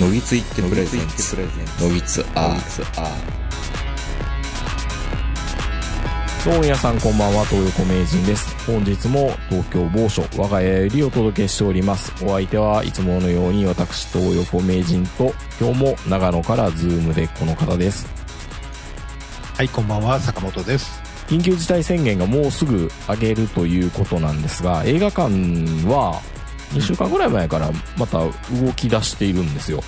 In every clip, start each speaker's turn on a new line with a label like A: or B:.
A: のぎついってプレゼンツのぎつアー
B: どうも皆さんこんばんは、東横名人です。本日も東京某所、我が家よりお届けしております。お相手はいつものように私、東横名人と、今日も長野からズームでこの方です。
C: はい、こんばんは、坂本です。
B: 緊急事態宣言がもうすぐ上げるということなんですが、映画館は2週間ぐらい前からまた動き出しているんですよ。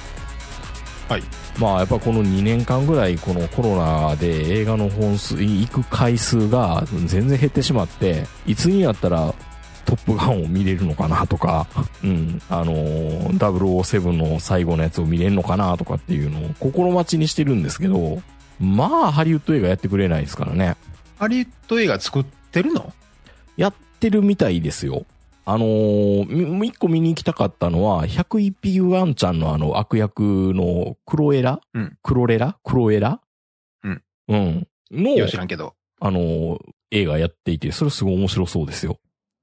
C: はい。
B: まあやっぱこの2年間ぐらいこのコロナで映画の本数い行く回数が全然減ってしまっていつになったら「トップガン」を見れるのかなとか、うん、あのー007の最後のやつを見れるのかなとかっていうのを心待ちにしてるんですけどまあハリウッド映画やってくれないですからね
C: ハリウッド映画作ってるの
B: やってるみたいですよあのーみ一個見に行きたかったのは、101匹ワンちゃんのあの悪役のクロエラ、
C: うん
B: クロレラクロエラ
C: うん。
B: うん。の、
C: よう知らんけど。
B: あのー映画やっていて、それすごい面白そうですよ。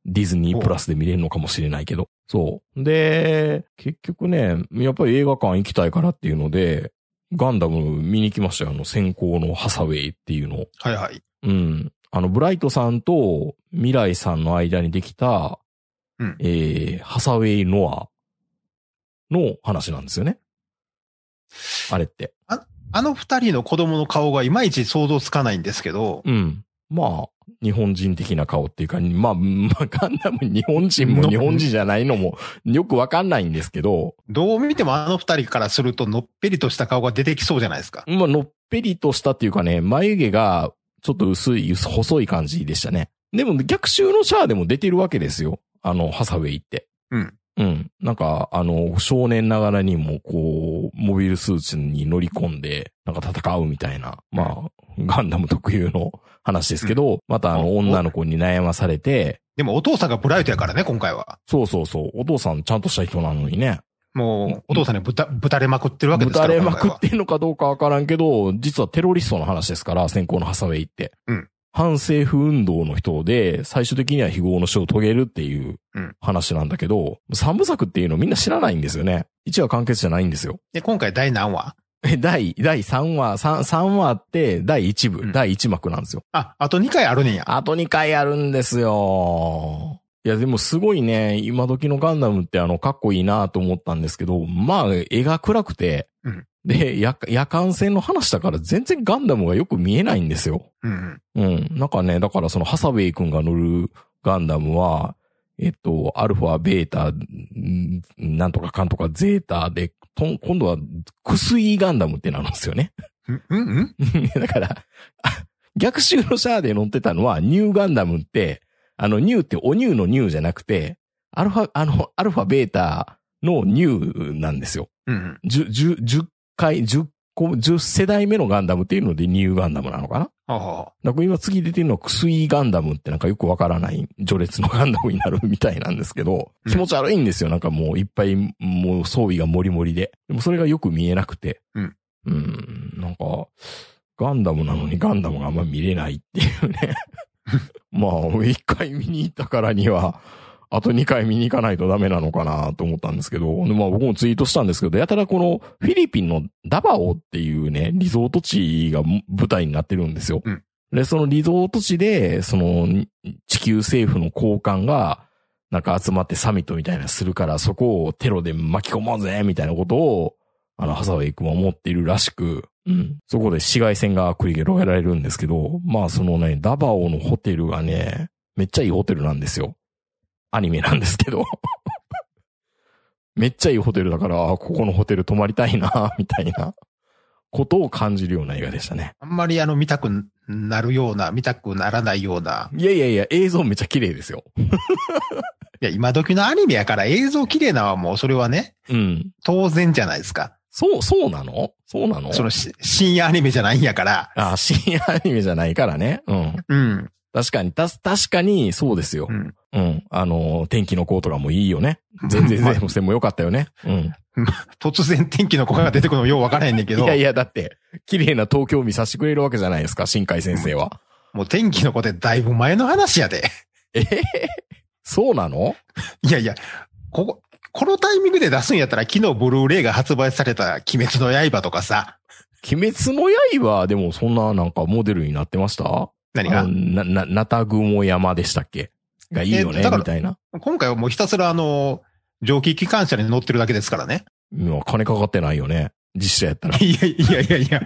B: ディズニープラスで見れるのかもしれないけど。そう。で、結局ね、やっぱり映画館行きたいからっていうので、ガンダム見に来ましたよ。あの、先行のハサウェイっていうのを。
C: はいはい。
B: うん。あの、ブライトさんと未来さんの間にできた、
C: うん
B: えー、ハサウェイ・ノアの話なんですよね。あれって。
C: あの二人の子供の顔がいまいち想像つかないんですけど、
B: うん。まあ、日本人的な顔っていうか、まあ、まあ、ガンダム日本人も
C: の
B: 日本人じゃないのもよくわかんないんですけど、
C: どう見てもあの二人からするとのっぺりとした顔が出てきそうじゃないですか。
B: まあ、のっぺりとしたっていうかね、眉毛がちょっと薄い、細い感じでしたね。でも逆襲のシャアでも出てるわけですよ。あの、ハサウェイって。
C: うん。
B: うん。なんか、あの、少年ながらにも、こう、モビルスーツに乗り込んで、なんか戦うみたいな、まあ、ガンダム特有の話ですけど、またあの、
C: お
B: 女の子に悩まされて、
C: でもお父さんがブライトやからね、今回は。
B: そうそうそう、お父さんちゃんとした人なのにね、
C: もう、お父さんにぶた、ぶたれまくってるわけで
B: ぶ
C: すか
B: た
C: ら。
B: れまく
C: 今
B: ってんのかどうかわからんけど、実はテロリストの話ですから、先行のハサウェイって。
C: うん
B: 反政府運動の人で、最終的には非業の死を遂げるっていう
C: うん
B: 話なんだけど、三部作っていうのみんな知らないんですよね。一話完結じゃないんですよ。
C: で、今回第何話
B: え、第、第3話、三三話って第1部、
C: うん
B: 第1幕なんですよ。
C: あ、あと二回あるねんや。
B: あと2回あるんですよ。いや、でもすごいね、今時のガンダムってあの、かっこいいなと思ったんですけど、まあ、絵が暗くて、
C: うん
B: で、夜、夜間戦の話だから全然ガンダムがよく見えないんですよ。
C: うんうん。
B: うん。なんかね、だからそのハサウェイ君が乗るガンダムは、えっと、アルファ、ベータ、んなんとかかんとか、ゼータで、とん今度は、薬ガンダムってなるんですよね。
C: うんうんうん
B: だから、あ逆襲のシャアで乗ってたのは、ニューガンダムって、あの、ニューっておニューのニューじゃなくて、アルファ、あの、アルファ、ベータのニューなんですよ。
C: うんうん。
B: 10、十十回、10個、10世代目のガンダムっていうので、ニューガンダムなのかな
C: ほうほ
B: だから今次出てるのは薬ガンダムってなんかよくわからない序列のガンダムになるみたいなんですけど、
C: うん
B: 気持ち悪いんですよ。なんかもういっぱいもう装備がもりもりで。でもそれがよく見えなくて。
C: うん。
B: うん。なんか、ガンダムなのにガンダムがあんま見れないっていう ね。まあ、一回見に行ったからには、あと二回見に行かないとダメなのかなと思ったんですけど、でまあ僕もツイートしたんですけど、やたらこのフィリピンのダバオっていうね、リゾート地が舞台になってるんですよ。
C: うん
B: で、そのリゾート地で、その地球政府の高官が、なんか集まってサミットみたいなのするから、そこをテロで巻き込もうぜみたいなことを、あの、ハサウェイ君は思っているらしく、うん。そこで紫外線が繰り広げられるんですけど、まあそのね、ダバオのホテルがね、めっちゃいいホテルなんですよ。アニメなんですけど。 めっちゃいいホテルだから、あここのホテル泊まりたいな、みたいなことを感じるような映画でしたね。
C: うあんまりあの見たくなるような、見たくならないような。
B: いやいやいや、映像めっちゃ綺麗ですよ。
C: いや、今時のアニメやから映像綺麗なのはもうそれはね、
B: うん。
C: 当然じゃないですか。
B: そう、そうなのそうなの
C: そのし深夜アニメじゃないんやから。
B: あ、深夜アニメじゃないからね。うん。
C: うん。
B: 確かに、たす、確かに、そうですよ
C: う。ん。
B: うん。あのー、天気の子とかもいいよね。全然、全然、もよかったよ ね。うん。
C: 突然天気の子が出てくるのよう分からへんねんけ
B: い
C: ど、
B: やいや、だって、綺麗な東京を見させてくれるわけじゃないですか、新海先生は。
C: もう天気の子ってだいぶ前の話やで。
B: えへへそうなの
C: いやいや、ここ、このタイミングで出すんやったら、昨日ブルーレイが発売された鬼滅の刃とかさ、
B: 鬼滅の刃でもそんななんかモデルになってました
C: 何が
B: あのな、な、なたぐも山でしたっけがいいよ
C: え
B: ね
C: だ、から
B: みたいな。
C: 今回はもうひたすらあの、蒸気機関車に乗ってるだけですからね。
B: 今金かかってないよね。実写やったら。
C: いやいやいやいや、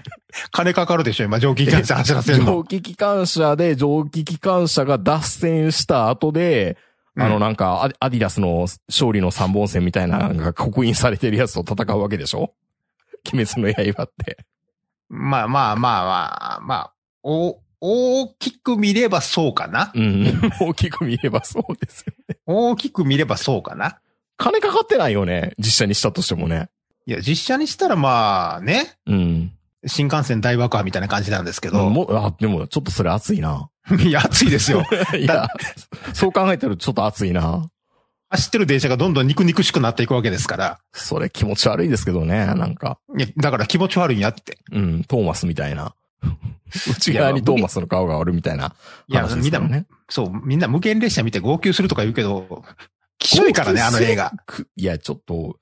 C: 金かかるでしょ、今蒸気機関車走らせるの。
B: 蒸気機関車で蒸気機関車が脱線した後で、あの
C: うん
B: なんかアディアディダスの勝利の三本線みたいなのが刻印されてるやつと戦うわけでしょ鬼滅の刃って。
C: まあまあまあまあ、まあ、お、大きく見ればそうかな。
B: うん。大きく見ればそうですよ。
C: 大きく見ればそうかな。
B: 金かかってないよね。実写にしたとしてもね。
C: いや、実写にしたらまあね、
B: うん。
C: 新幹線大爆破みたいな感じなんですけど、
B: もあ、でもちょっとそれ熱い な。
C: いや、暑いですよ。
B: いや、そう考えてるとちょっと熱いな。
C: 走ってる電車がどんどん肉肉しくなっていくわけですから。
B: それ気持ち悪いですけどね、なんか。
C: いや、だから気持ち悪いんやって。
B: うん、トーマスみたいな。内側にトーマスの顔があるみたいない
C: や、
B: 話で
C: み
B: す
C: んな
B: から、ね。
C: そう、みんな無限列車見て号泣するとか言うけど、きしょいからね、
B: 号
C: あ
B: 泣
C: の
B: する
C: 映画。
B: くいや、ちょっと、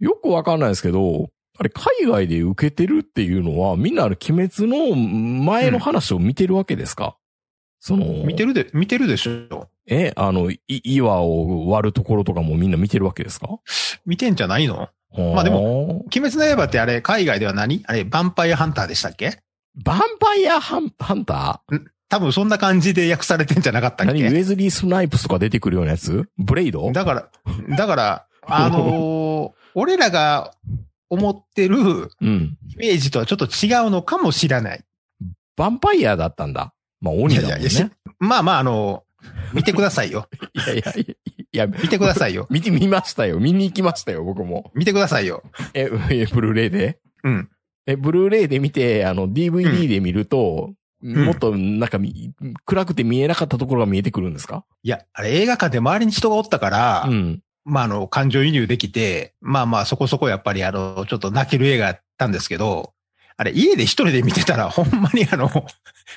B: よくわかんないですけど、あれ、海外で受けてるっていうのは、みんなあの、鬼滅の前の話を見てるわけですか、その、
C: 見てるで、見てるでしょ。
B: え、あの、い岩を割るところとかもみんな見てるわけですか
C: 見てんじゃないの
B: ま
C: あで
B: も、
C: 鬼滅の刃ってあれ、海外では何あれ、ヴァンパイアハンターでしたっけ
B: バンパイアハンハンター
C: 多分そんな感じで訳されてんじゃなかったっ
B: 何ウ
C: け
B: ェズリー・スナイプスとか出てくるようなやつブレイド
C: だから、だから、あ のー俺らが思ってる
B: うん。
C: イメージとはちょっと違うのかもしれない。
B: バンパイアだったんだ。まあ、鬼だもんね。
C: いやいやいやまあまあ、あのー見てくださいよ。
B: いやいやいや、いや、
C: 見てくださいよ。
B: 見て みましたよ。見に行きましたよ、僕も。
C: 見てくださいよ。
B: え、えブルーレイで
C: うん。
B: え、ブルーレイで見て、あの、DVD で見ると、
C: ん
B: もっと、なんかみ、暗くて見えなかったところが見えてくるんですか
C: いや、あれ映画館で周りに人がおったから、
B: うん。
C: まああの、感情移入できて、まあまあそこそこやっぱりあの、ちょっと泣ける映画やったんですけど、あれ家で一人で見てたらほんまにあの、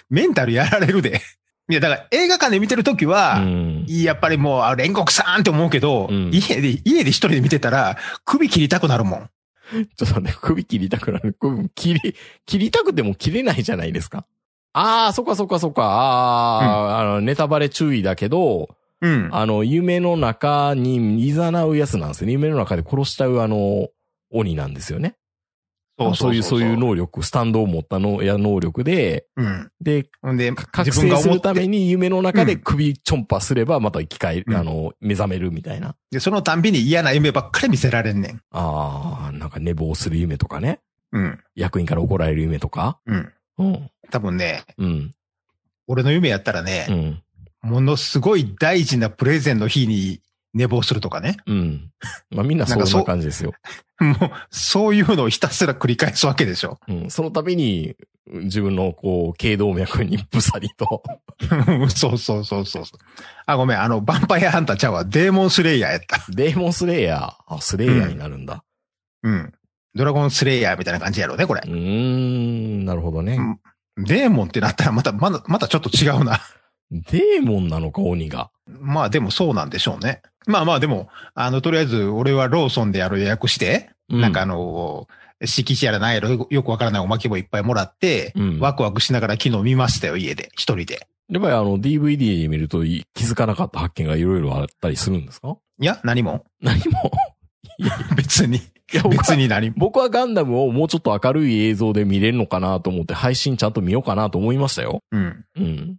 C: メンタルやられるで。いや、だから映画館で見てるとき
B: う
C: は、
B: ん。
C: やっぱりもう、あ煉獄さんって思うけど、
B: うん
C: 家で、家で一人で見てたら、首切りたくなるもん。
B: ちょっとね、首切りたくなる。首切り、切りたくても切れないじゃないですか。ああ、そっかそっかそっか。ああ、あの、ネタバレ注意だけど、
C: うん。
B: あの、夢の中に誘うやつなんですよね。夢の中で殺しちゃうあの、鬼なんですよね。そういう、そういう。能力、スタンドを持ったの、や能力で、
C: うん。
B: で、
C: ほんで、
B: か覚
C: 自分
B: 醒
C: が
B: す
C: 思っ
B: るため
C: て、
B: に夢の中で
C: うん
B: 首ちょんぱすれば、また生き返る、
C: うん
B: あの、目覚めるみたいな。
C: でそのたんびに嫌な夢ばっかり見せられんねん。
B: ああ、なんか寝坊する夢とかね。
C: うん。
B: 役員から怒られる夢とか。
C: うん。
B: うん。
C: 多分ね、
B: うん。
C: 俺の夢やったらね、
B: うん。
C: ものすごい大事なプレゼンの日に寝坊するとかね。
B: うん。まあみんなそん
C: なんかそ
B: な
C: う
B: 感じですよ。
C: もう、そういうのをひたすら繰り返すわけでしょ。
B: うん。その度に、自分のこう、頸動脈にぶさりと。
C: そうそうそうそう。あ、ごめん、あの、バンパイアハンターちゃうわ。デーモンスレイヤーやった。
B: デーモンスレイヤー。あ、スレイヤーになるんだ。
C: うん。ドラゴンスレイヤーみたいな感じやろうね、これ
B: う。ーん、なるほどね。
C: うんデーモンってなったらまた、まだ、またちょっと違うな。
B: デーモンなのか、鬼が。
C: まあでもそうなんでしょうね。まあまあでも、あの、とりあえず俺はローソンである予約して、
B: う
C: なんかあ、の、敷地やらないやらよくわからないおまけもいっぱいもらって、
B: うん。
C: ワクワクしながら昨日見ましたよ、家で。一人で。
B: やっぱりあの DVD 見るとい気づかなかった発見がいろいろあったりするんですか
C: いや、何も。
B: 何も。
C: 別に。
B: いや、僕
C: 別
B: は、
C: に何も。
B: 僕はガンダムをもうちょっと明るい映像で見れるのかなと思って配信ちゃんと見ようかなと思いましたよ。
C: うん。
B: うん。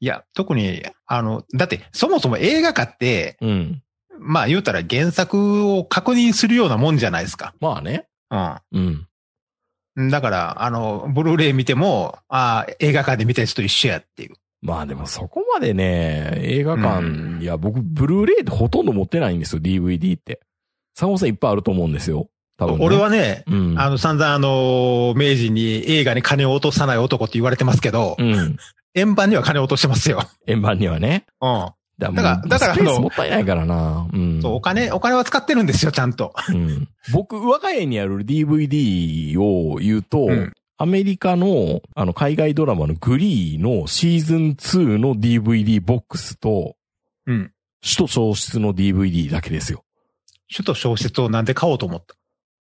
C: いや、特に、あの、だって、そもそも映画化って、
B: うん。
C: まあ言うたら原作を確認するようなもんじゃないですか。
B: まあね。うん。
C: うん。だから、あの、ブルーレイ見ても、ああ、映画館で見たやつと一緒やっていう。
B: まあでもそこまでね、映画館、
C: うん
B: いや僕、ブルーレイってほとんど持ってないんですよ、DVD って。サンゴさんいっぱいあると思うんですよ。多分、ね。
C: 俺、はね、
B: うん。
C: あの、散々あの、明治に映画に金を落とさない男って言われてますけど、
B: うん。
C: 円盤には金を落としてますよ。
B: 円盤にはね。
C: うん。
B: だ
C: だから
B: もう
C: だからあ
B: ス
C: の
B: ペースもったいないからな。うん。
C: そう、お金、お金は使ってるんですよ、ちゃんと。
B: うん僕、我が家にある DVD を言うと、
C: うん
B: アメリカの、あの、海外ドラマのグリーのシーズン2の DVD ボックスと、
C: うん。
B: 首都消失の DVD だけですよ。
C: 首都小説をなんで買おうと思った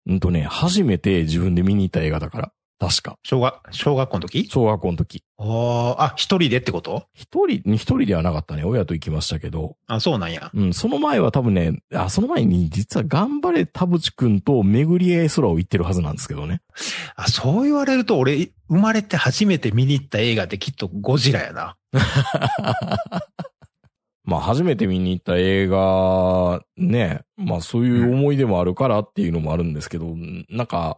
B: うんとね、初めて自分で見に行った映画だから。確か。
C: 小学、小学校の時
B: 小学校の時。
C: ああ、一人でってこと
B: 一人、一人ではなかったね。親と行きましたけど。
C: あ、そうなんや。
B: うん、その前は多分ね、あ、その前に実は頑張れ田淵くんと巡り合い空を行ってるはずなんですけどね。
C: あ、そう言われると俺、生まれて初めて見に行った映画ってきっとゴジラやな。
B: まあ初めて見に行った映画、ね、まあそういう思い出もあるからっていうのもあるんですけど、なんか、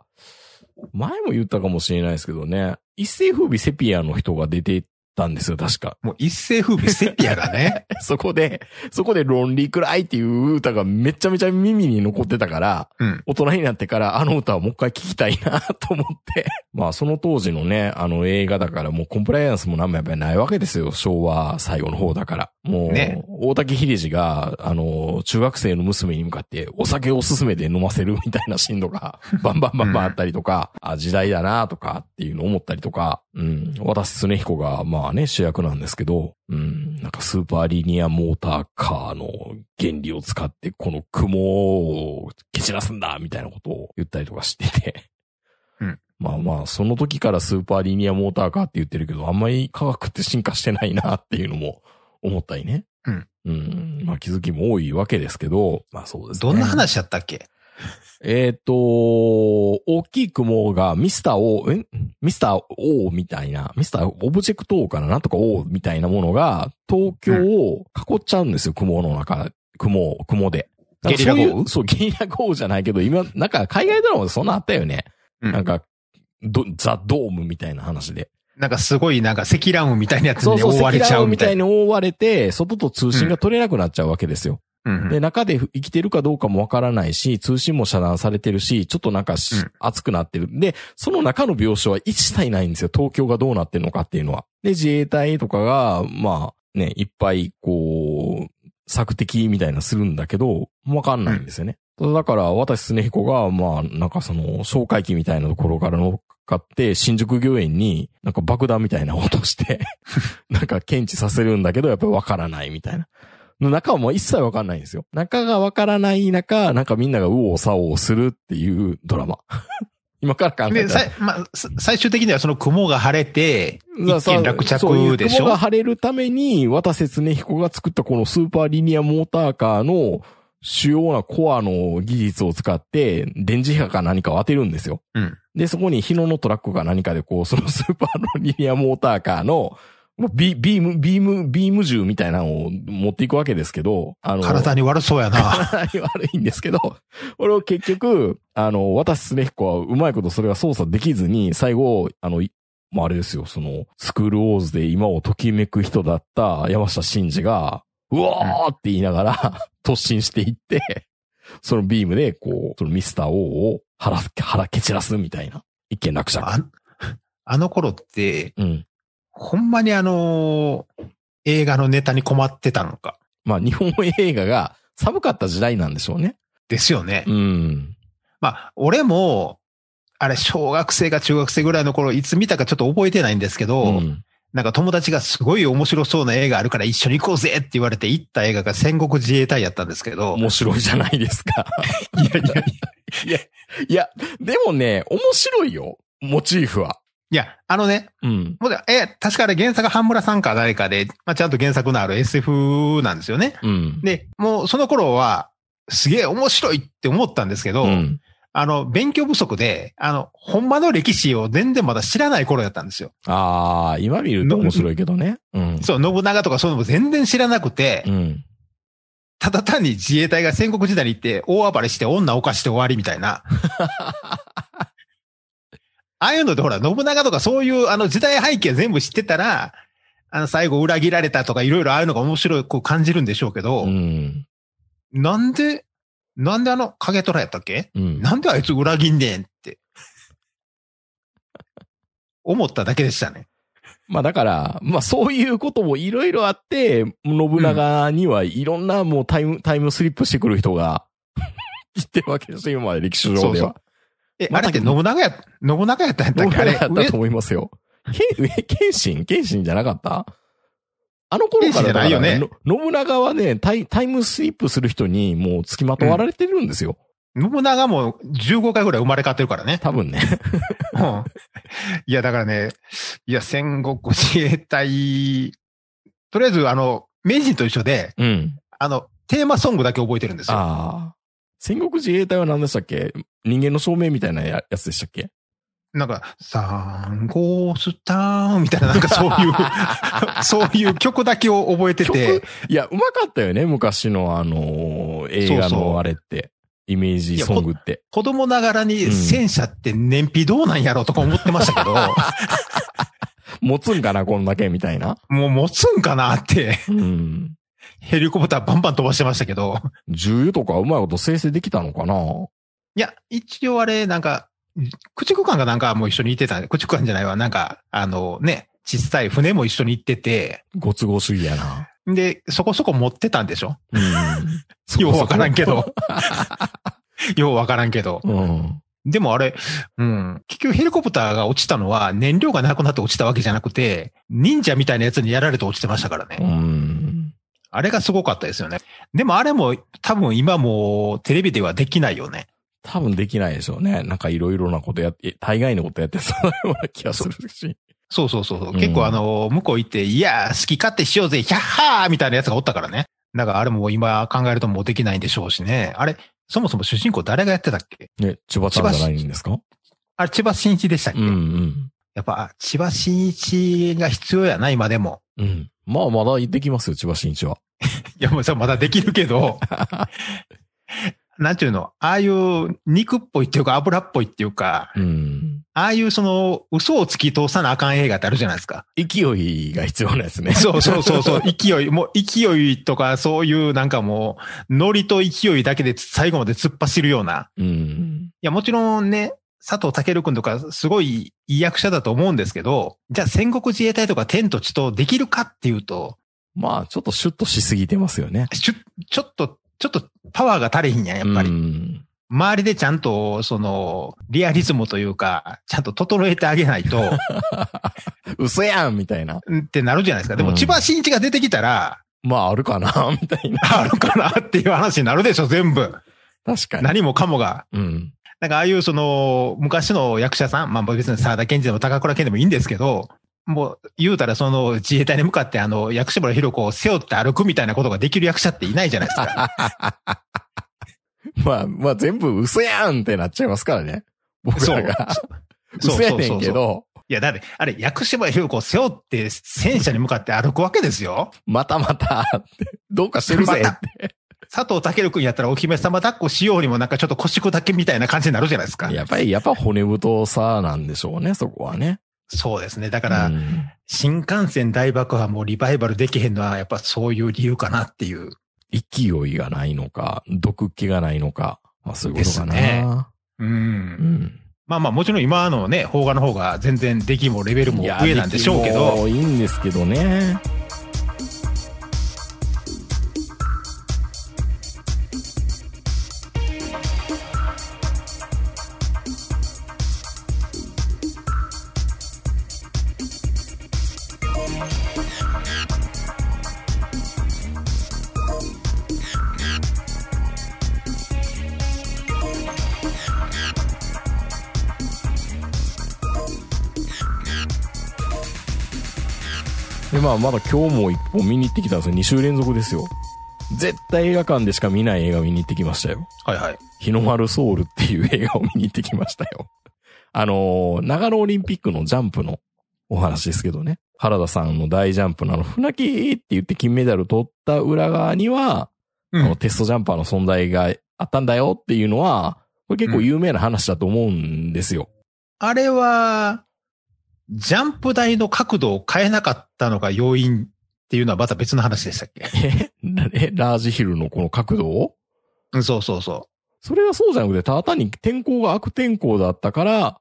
B: 前も言ったかもしれないですけどね、一世風靡セピアの人が出てたんですよ、確か。
C: もう一世風靡セピアがね。
B: そこで、そこでロンリーくらいっていう歌がめちゃめちゃ耳に残ってたから、
C: うん。
B: 大人になってからあの歌をもう一回聴きたいなと思って。 まあその当時のね、あの映画だからもうコンプライアンスも何もやっぱりないわけですよ。昭和最後の方だから。もう、
C: ね
B: 大竹秀治が、あの、中学生の娘に向かってお酒を勧めて飲ませるみたいなシーンとか、 バンバンバンバンあったりとか、あ、時代だなとかっていうのを思ったりとか、うん、私常彦がまあね、主役なんですけど、うん、なんかスーパーリニアモーターカーの原理を使ってこの雲を蹴散らすんだみたいなことを言ったりとかしてて。
C: うん
B: まあまあ、その時からスーパーリニアモーターカーって言ってるけど、あんまり科学って進化してないなっていうのも思ったりね。
C: うん。
B: うん。まあ気づきも多いわけですけど、まあ そうですね。
C: どんな話だったっけ
B: えっ、と、大きい雲がミスター O、えミスター O みたいな、ミスターオブジェクト O かななんとか O みたいなものが、東京を囲っちゃうんですよ、雲の中、雲を、雲で。なんかそういう
C: ゲリラ豪雨
B: そう、ゲリラ豪雨じゃないけど、今、なんか海外ドラマでそんなあったよね。
C: うん
B: なんか、どザ・ドームみたいな話で。
C: なんかすごいなんか積乱雲みたいなやつに覆われち
B: 積
C: ゃ
B: 乱雲
C: うみ
B: み
C: た
B: たい
C: いな。
B: に覆われて、外と通信が取れなくなっちゃうわけですよ。
C: うん
B: で、中で生きてるかどうかもわからないし、通信も遮断されてるし、ちょっとなんかし
C: うん
B: 熱くなってる。で、その中の描写は一切ないんですよ。東京がどうなってるのかっていうのは。で、自衛隊とかが、まあ、ね、いっぱい、こう、策敵みたいなするんだけど、わかんないんですよね。だから、私、スネヒコが、まあ、なんかその、哨戒機みたいなところから乗っかって、新宿御苑に、なんか爆弾みたいなのを落と して、なんか検知させるんだけど、やっぱりわからないみたいな。の中はもう一切わかんないんですよ。中がわからない中、なんかみんなが右往左往するっていうドラマ。 今から考え
C: で、
B: た
C: さ
B: ら。
C: まあ、さ最終的にはその雲が晴れて、一
B: さ
C: 件落
B: そう
C: 着でし
B: 雲が
C: ょ
B: 晴れるために、渡瀬恒彦が作ったこのスーパーリニアモーターカーの主要なコアの技術を使って、電磁波か何かを当てるんですよ。
C: うん
B: で、そこに日野のトラックか何かでこう、その スーパーのリニアモーターカーの、もうビビーム、ビーム、ビーム銃みたいなのを持っていくわけですけど、あの、
C: 体に悪そうやな。
B: 体に 悪いんですけど、俺を結局、あの、私すねひこはうまいことそれが操作できずに、最後、あの、いまあ、あれですよ、その、スクールウォーズで今をときめく人だった山下真司が、うわーって言いながら、突進していって、そのビームで、こう、そのミスター O を腹、腹蹴散らすみたいな。一見落着。
C: ああの頃って、
B: うん。
C: ほんまにあのー映画のネタに困ってたのか。
B: まあ、日本映画が寒かった時代なんでしょうね。
C: ですよね。
B: うん。
C: まあ、俺も、あれ、小学生か中学生ぐらいの頃、いつ見たかちょっと覚えてないんですけど、
B: うん。
C: なんか友達がすごい面白そうな映画あるから一緒に行こうぜって言われて行った映画が戦国自衛隊やったんですけど、
B: 面白いじゃないですか。
C: いやいやいや、い
B: いや、でもね、面白いよ。モチーフは。
C: や、あのね、
B: うん。
C: もうえ、確かあれ原作半村さんか誰かで、まあ、ちゃんと原作のある SF なんですよね。
B: うん。
C: で、もうその頃は、すげえ面白いって思ったんですけど、
B: うん。
C: あの、勉強不足で、あの、ほんまの歴史を全然まだ知らない頃だったんですよ。
B: ああ、今見ると面白いけどね。うん。
C: そう、信長とかそういうのも全然知らなくて、
B: うん。
C: ただ単に自衛隊が戦国時代に行って大暴れして女を犯して終わりみたい な。ああいうのでほら、信長とかそういうあの時代背景全部知ってたら、あの最後裏切られたとかいろいろああいうのが面白く感じるんでしょうけど、
B: うん。
C: なんで、なんであの影虎やったっけ
B: うん。
C: なんであいつ裏切んねんって。思っただけでしたね。
B: まあだから、まあそういうこともいろいろあって、信長にはいろんなもうタイム、タイムスリップしてくる人が、 いってるわけですよ、今まで歴史上では。
C: え、
B: ま
C: あ
B: た
C: れって信長や、信長やったんやったっ
B: 僕
C: けあ
B: ら
C: れ
B: やったと思いますよ。け、え、謙信謙信じゃなかったあの頃からだから
C: 兵士じゃないよね
B: の信長はねタイ、タイムスリップする人にもう付きまとわられてるんですよ。
C: 信長も15回ぐらい生まれ変わってるからね。
B: 多分 ね。
C: うんいや、だからね、いや、戦国自衛隊、とりあえず、あの、名人と一緒で、
B: うん。
C: あの、テーマソングだけ覚えてるんですよ。
B: ああ。戦国自衛隊は何でしたっけ人間の証明みたいなややつでしたっけ
C: なんか、サンゴースターンみたいな、なんかそう いう、そういう曲だけを覚えてて、
B: いや、うまかったよね。昔のあのー映画
C: そうそう
B: のあれって。イメージソングって。
C: 子供ながらに
B: うん
C: 戦車って燃費どうなんやろうとか思ってましたけど、
B: 持つんか なこんだけみたいな。
C: もう持つんかなって、
B: うん。
C: ヘリコプターバンバン飛ばしてましたけど、
B: 重油とかうまいこと生成できたのかない
C: や、一応あれ、なんか、駆逐艦かなんかもう一緒に行ってたんで、駆逐艦じゃないわ、なんか、あのね、小さい船も一緒に行ってて、
B: ご都合主義やな。
C: で、そこそこ持ってたんでしょ
B: うん。
C: ようわからんけど。ようわからんけど。
B: うん。
C: でもあれ、うん、結局ヘリコプターが落ちたのは燃料がなくなって落ちたわけじゃなくて、忍者みたいなやつにやられて落ちてましたからね。
B: うん。
C: あれがすごかったですよね。でもあれも多分今もうテレビではできないよね。
B: 多分できないでしょうね。なんかいろいろなことやって、大概のことやってそうなような気がするし。
C: そうそうそうそう。
B: うん
C: 結構あの、向こう行って、いやー、好き勝手しようぜ、ヒャッハーみたいなやつがおったからね。だからあれも今考えるともうできないんでしょうしね。あれ、そもそも主人公誰がやってたっけ
B: ね、千葉ちゃんじゃないんですか
C: あれ、千葉真一でしたっ
B: う
C: け、
B: んうん。
C: やっぱ、千葉真一が必要やな、今でも。
B: うん。まあまだできますよ、千葉真 一は。
C: いや、もうさ、まだできるけど、 なんていうの、ああいう肉っぽいっていうか油っぽいっていうか、
B: うん。
C: ああいうその嘘を突き通さなあかん映画ってあるじゃないですか。
B: 勢いが必要なやつね。
C: そうそうそうそう、勢い、もう勢いとかそういうなんかもう、ノリと勢いだけで最後まで突っ走るような。
B: うん。
C: いや、もちろんね、佐藤健君とかすごいいい役者だと思うんですけど、じゃあ戦国自衛隊とか天と地とできるかっていうと、
B: まあ、ちょっとシュッとしすぎてますよね。
C: ちょ、ちょっと、ちょっとパワーが足りひんやん、やっぱり。
B: うん
C: 周りでちゃんと、その、リアリズムというか、ちゃんと整えてあげな いと、
B: 嘘やんみたいな。
C: うんってなるじゃないですか。で
B: う
C: も、
B: ん
C: 千葉真一が出てきたら、
B: まあ、あるかなみたいな。
C: あるかなっていう話になるでしょ、全部。
B: 確かに。
C: 何もかもが。
B: うん。
C: なんか、ああいう、その、昔の役者さん、まあ別に沢田健二でも高倉健でもいいんですけど、もう、言うたら、その、自衛隊に向かって、あの、薬師丸ひろ子を背負って歩くみたいなことができる役者っていないじゃないで すか。
B: まあ、まあ、全部嘘やんってなっちゃいますからね。僕らが。
C: そ う
B: 嘘やねんけ
C: そうそうそう
B: ど、
C: いや、だって、あれ、薬師丸ひろ子を背負って、戦車に向かって歩くわけですよ。
B: またまた って、どうかしてるぜ
C: また佐藤健君やったらお姫様抱っこしようにもなんかちょっと腰砕けみたいな感じになるじゃないですか。
B: やっぱり、やっぱ骨太さなんでしょうね、そこはね。
C: そうですね。だから、
B: うん
C: 新幹線大爆破もリバイバルできへんのはやっぱそういう理由かなっていう。
B: 勢いがないのか、毒気がないのか、まあそういうことかな。
C: ですね
B: う
C: う。
B: んん。
C: まあまあもちろん今のね、邦画の方が全然出来もレベルも
B: いや
C: 上なんでしょうけ
B: で
C: ど、
B: もいいんですけどね。で、まあまだ今日も一本見に行ってきたんですよ。2週連続ですよ。絶対映画館でしか見ない映画見に行ってきましたよ。
C: はいはい。
B: 日の丸ソウルっていう映画を見に行ってきましたよ。 あのー、長野オリンピックのジャンプのお話ですけどね。原田さんの大ジャンプのあの、船木って言って金メダル取った裏側には、
C: う
B: あの
C: ん。
B: テストジャンパーの存在があったんだよっていうのは、これ結構有名な話だと思うんですよ。
C: あれは、ジャンプ台の角度を変えなかったのが要因っていうのはまた別の話でしたっけ
B: え、なえラージヒルのこの角度を
C: うん、そうそうそ
B: それはそうじゃなくて、ただ単に天候が悪天候だったから、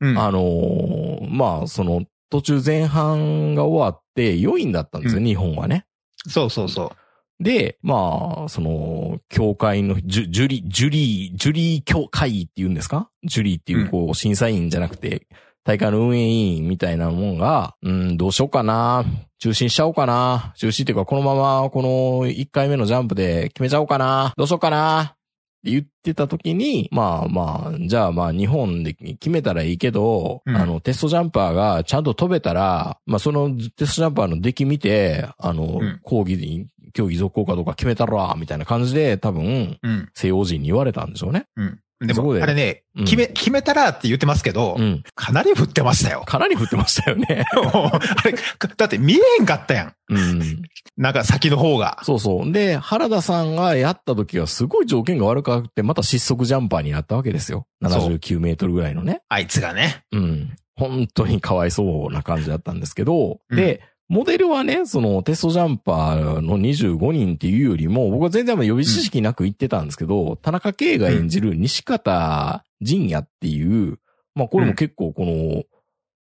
C: う。うん。
B: あのーまあ、その、途中前半が終わって4位だったんですよ、
C: うん
B: 日本はね。
C: そうそうそう。
B: で、まあ、その、教会の、ジュジュリ、ジュリー、ジュリー教会っていうんですかジュリーっていう、こう、審査員じゃなくて、大会の運営委員みたいなもんが、うん、どうしようかな、中止にしちゃおうかな、中止っていうかこのままこの1回目のジャンプで決めちゃおうかな、どうしようかな、って言ってた時に、まあまあ、じゃあまあ日本で決めたらいいけど、
C: うん
B: あのテストジャンパーがちゃんと飛べたら、まあそのテストジャンパーの出来見て、あの
C: うん、
B: 抗議に、競技続行かどうか決めたら、みたいな感じで多分
C: うん。
B: 西洋人に言われたんでしょうね。
C: うん。で
B: そこ
C: も、
B: で
C: あれね、
B: うん
C: 決め、決めたらって言ってますけど、
B: うん。
C: かなり降ってましたよ。
B: かなり降ってましたよね。
C: あれ、だって見えへんかったやん。
B: うん。
C: なんか先の方が。
B: そうそう。で、原田さんがやった時はすごい条件が悪くて、また失速ジャンパーになったわけですよ。
C: そう
B: 79メートルぐらいのね。
C: あいつがね。
B: うん。本当にかわいそうな感じだったんですけど、
C: うん
B: で、モデルはね、そのテストジャンパーの25人っていうよりも、僕は全然まだ予備知識なく言ってたんですけど、田中圭が演じる西方仁也っていう、まあこれも結構この、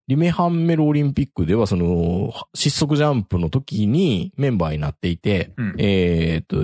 B: リメハンメルオリンピックではその、失速ジャンプの時にメンバーになっていて、
C: うん。
B: えーっと、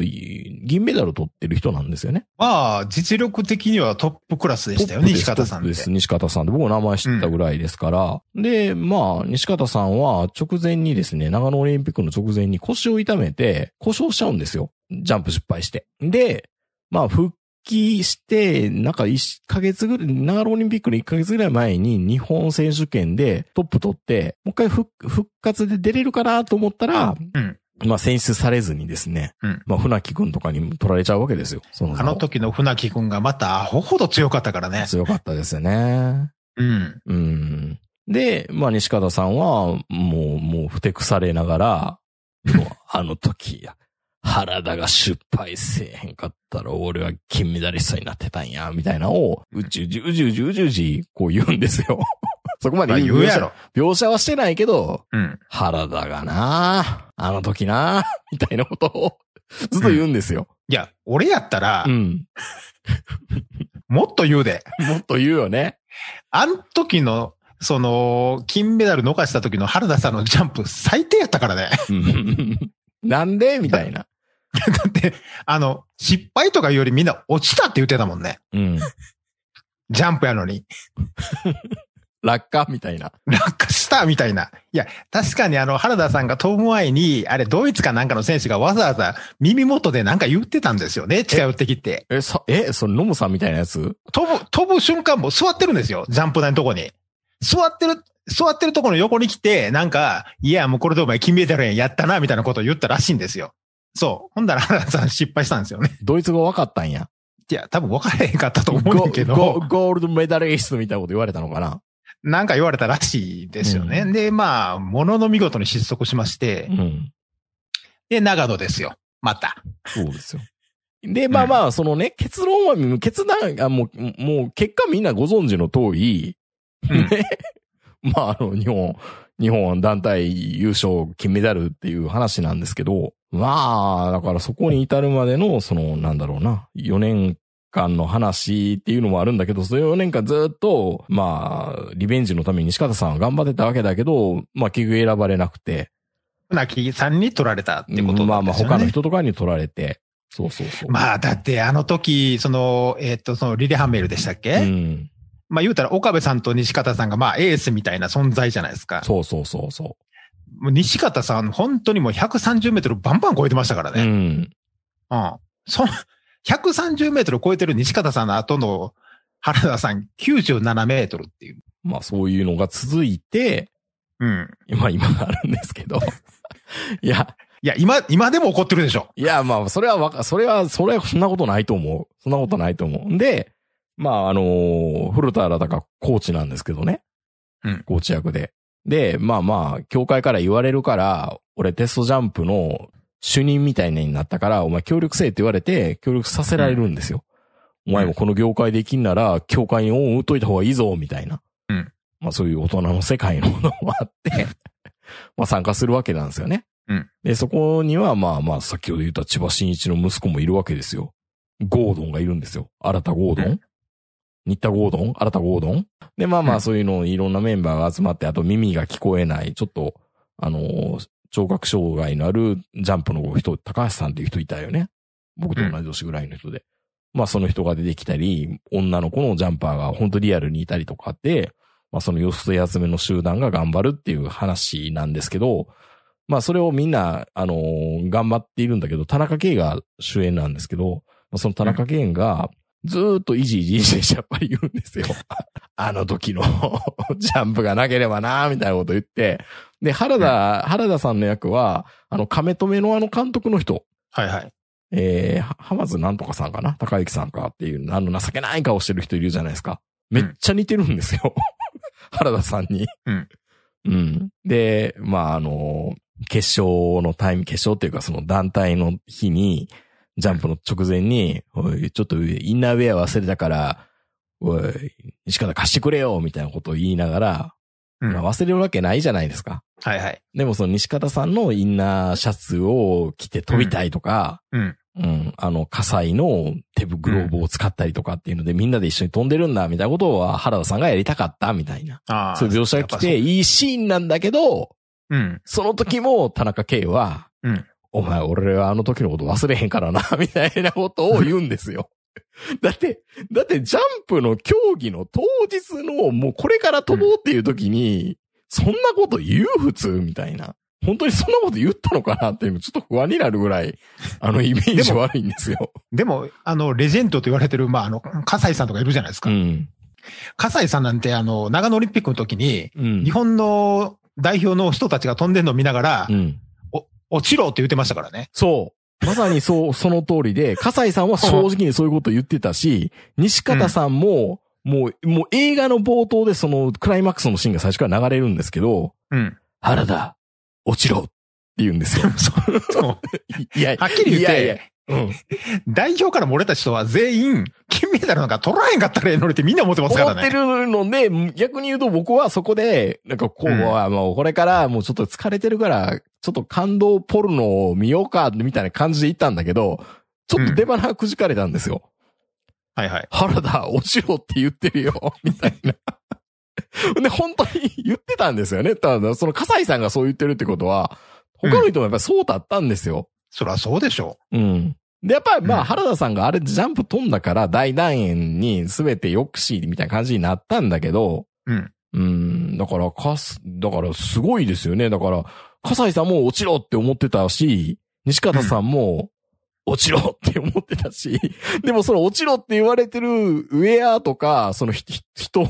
B: 銀メダルを取ってる人なんですよね。
C: まあ、実力的にはトップクラスでしたよね、
B: トップです
C: 石方
B: ト
C: さん
B: ップ
C: っ
B: です、
C: て。
B: 西方さんって。僕の名前知ったぐらいですから。で、まあ、西方さんは直前にですね、長野オリンピックの直前に腰を痛めて、故障しちゃうんですよ。ジャンプ失敗して。で、まあ、復帰して、なんか1ヶ月ぐらい、長野オリンピックの1ヶ月ぐらい前に日本選手権でトップ取って、もう一回復復活で出れるかなと思ったら、
C: うん
B: まあ選出されずにですね、
C: うん
B: まあ船木くんとかに取られちゃうわけですよ。その
C: あの時の船木くんがまたアホほど強かったからね。
B: 強かったですよね。
C: うん。
B: うん。で、まあ、西方さんは、もう、もう、ふてくされながら、もう、あの時、原田が失敗せえへんかったら、俺は金メダリストになってたんや、みたいなのを、うちゅうじゅうじゅうじゅうじゅうじ、こう言うんですよ。 そこまで
C: まあ言う
B: 描
C: や
B: 写
C: ろ。
B: 描写はしてないけど、
C: うん。
B: 原田がなあの時なみたいなことを、ずっと言うんですよ。
C: いや、俺やったら
B: う、ん。
C: もっと言うで。
B: もっと言うよね。
C: あん時の、その、金メダル逃した時の原田さんのジャンプ最低やったからね。
B: うん なんでみたいな。
C: だって、あの、失敗とかいうよりみんな落ちたって言ってたもんね。
B: うん。
C: ジャンプやのに。
B: 落下みたいな。
C: 落下したみたいな。いや、確かにあの、原田さんが飛ぶ前に、あれ、ドイツかなんかの選手がわざわざ耳元でなんか言ってたんですよね。近寄ってきて。
B: え、さ、え、そのノムさんみたいなやつ
C: 飛ぶ、飛ぶ瞬間も座ってるんですよ。ジャンプ台のとこに。座ってる、座ってるとこの横に来て、なんか、いや、もうこれでお前金メダルやんやったな、みたいなことを言ったらしいんですよ。そう。ほんだら原田さん 失敗したんですよね。
B: ドイツ語分かったんや。
C: いや、多分分からへんかったと思うん
B: ゴ
C: だけど。
B: ゴゴールドメダリストみたいなこと言われたのかな
C: なんか言われたらしいですよね。
B: うん
C: で、まあ、ものの見事に失速しまして
B: う、ん。
C: で、長野ですよ。また。
B: そうですよ。で、まあまあ、そのね、結論は、決断がもう、もう結果みんなご存知の通り、
C: うん
B: ね。 まあ、あの、日本、日本団体優勝金メダルっていう話なんですけど、まあ、だからそこに至るまでの、その、なんだろうな、4年間の話っていうのもあるんだけど、その4年間ずっと、まあ、リベンジのために西方さんは頑張ってたわけだけど、まあ、結局選ばれなくて、
C: 船木さんに取られたってこと
B: まあ
C: なん
B: ま
C: で
B: あ、
C: すよね。
B: 他の人とかに取られて、そうそうそう。
C: まあ、だってあの時、その、えっ、と、そのリレハンメルでしたっけ、
B: うん。
C: まあ言うたら岡部さんと西方さんがまあエースみたいな存在じゃないですか。
B: そうそうそうそ
C: もう西方さん、本当にもう130メートルバンバン超えてましたから
B: う。う
C: ね。
B: ん。
C: うん。そ、130メートル超えてる西方さんの後の原田さん97メートルっていう。
B: まあ、そういうのが続いて、
C: うん。
B: まあ今あるんですけど。いや、
C: いや、今、今でも怒ってるでしょ。
B: いや、まあ、それはわか、それは、それは、そんなことないと思う。そんなことないと思うんで、まあ、あのー古田新太がコーチなんですけどね。
C: うん
B: コーチ役で。で、まあまあ、協会から言われるから、俺テストジャンプの主任みたいになったから、お前協力せえって言われて、協力させられるんですよ。
C: ん
B: お前もこの業界できんなら、協会に恩を打っといた方がいいぞ、みたいな。
C: うん
B: まあそういう大人の世界のものもあ って、まあ参加するわけなんですよね。で、そこには、まあまあ、先ほど言った千葉真一の息子もいるわけですよ。ゴードンがいるんですよ。新田ゴード
C: う
B: ン新田ゴードン新田ゴードンで、まあま
C: う
B: あ、
C: ん
B: そういうのをいろんなメンバーが集まって、あと耳が聞こえない、ちょっと、あのー聴覚障害のあるジャンプの人、高橋さんっていう人いたよね。僕と同じ年ぐらいの人で。まあ、その人が出てきたり、女の子のジャンパーが本当リアルにいたりとかって、まあその寄せ集めの集団が頑張るっていう話なんですけど、まあそれをみんな、あのー頑張っているんだけど、田中圭が主演なんですけど、まあその田中圭が、ずーっといじいじいじいじやっぱり言うんですよ。あの時のジャンプがなければなーみたいなこと言って。で、原田、原田さんの役は、あの、亀止めのあの監督の人。
C: はいはい。
B: えー、は浜津なんとかさんかな高之さんかっていう、あの、情けない顔してる人いるじゃないですか。めっちゃ似てるんですよ。原田さんに。
C: うん。
B: うん。で、まあ、あの、決勝のタイム、決勝っていうかその団体の日に、ジャンプの直前に、おい、ちょっとインナーウェア忘れたから、おい、西方貸してくれよみたいなことを言いながら、
C: うん、
B: ま
C: は
B: あ忘れるわけないじゃないですか。
C: いはい。
B: でもその西方さんのインナーシャツを着て飛びたいとか、
C: うん。
B: うん、あの、火災の手グローブを使ったりとかっていうので、みんなで一緒に飛んでるんだ、みたいなことは原田さんがやりたかった、みたいな。
C: ああ。
B: そういう描写が来
C: や
B: て、
C: っぱ
B: いいシーンなんだけど、
C: そう。うん。
B: その時も田中圭は、
C: うん
B: お前、俺はあの時のこと忘れへんからな、 みたいなことを言うんですよ。 だって、だってジャンプの競技の当日の、もうこれから飛ぼうっていう時に、そんなこと言う普通みたいな。本当にそんなこと言ったのかなっていう、ちょっと不安になるぐらい、あのイメージ
C: でも
B: 悪いんですよ。
C: でも、あの、レジェンドと言われてる、まあ、あの、笠井さんとかいるじゃないですか。
B: ん。
C: 笠井さんなんて、あの、長野オリンピックの時に、
B: うん
C: 日本の代表の人たちが飛んでるのを見ながら、
B: うん。
C: 落ちろって言ってましたからね。
B: そう。まさに そう、その通りで、笠井さんは正直にそういうこと言ってたし、西方さんも、もう、もう映画の冒頭でそのクライマックスのシーンが最初から流れるんですけど、
C: うん。
B: 原田、落ちろって言うん ですよ。
C: そう。
B: いや、
C: はっきり
B: い
C: 言って、
B: やいや、うん。
C: 代表から漏れた人は全員、金メダルなんか取らへんかったらええのにってみんな思ってますか
B: 思
C: ら
B: って
C: ね。
B: るので、逆に言うと僕はそこで、なんかこう、
C: うん
B: あもうこれからもうちょっと疲れてるから、ちょっと感動ポルノを見ようか、みたいな感じで行ったんだけど、ちょっと出花くじかれたんですよ。
C: はいはい。
B: 原田、落ちろって言ってるよ、 みたいな。で、本当に言ってたんですよね。ただ、その、笠井さんがそう言ってるってことは、他の人もやっぱりそうだったんですよ。
C: そりゃそうでしょ
B: うん。で、やっぱりま
C: う
B: あ、
C: ん
B: 原田さんがあれジャンプ飛んだから、大団円に全て抑止みたいな感じになったんだけど、
C: う。うん。
B: うん、だから、かす、だからすごいですよね。だから、笠井さんも落ちろって思ってたし、西方さんも落ちろって思ってたし、 でもその落ちろって言われてるウェアとか、そのひひ人の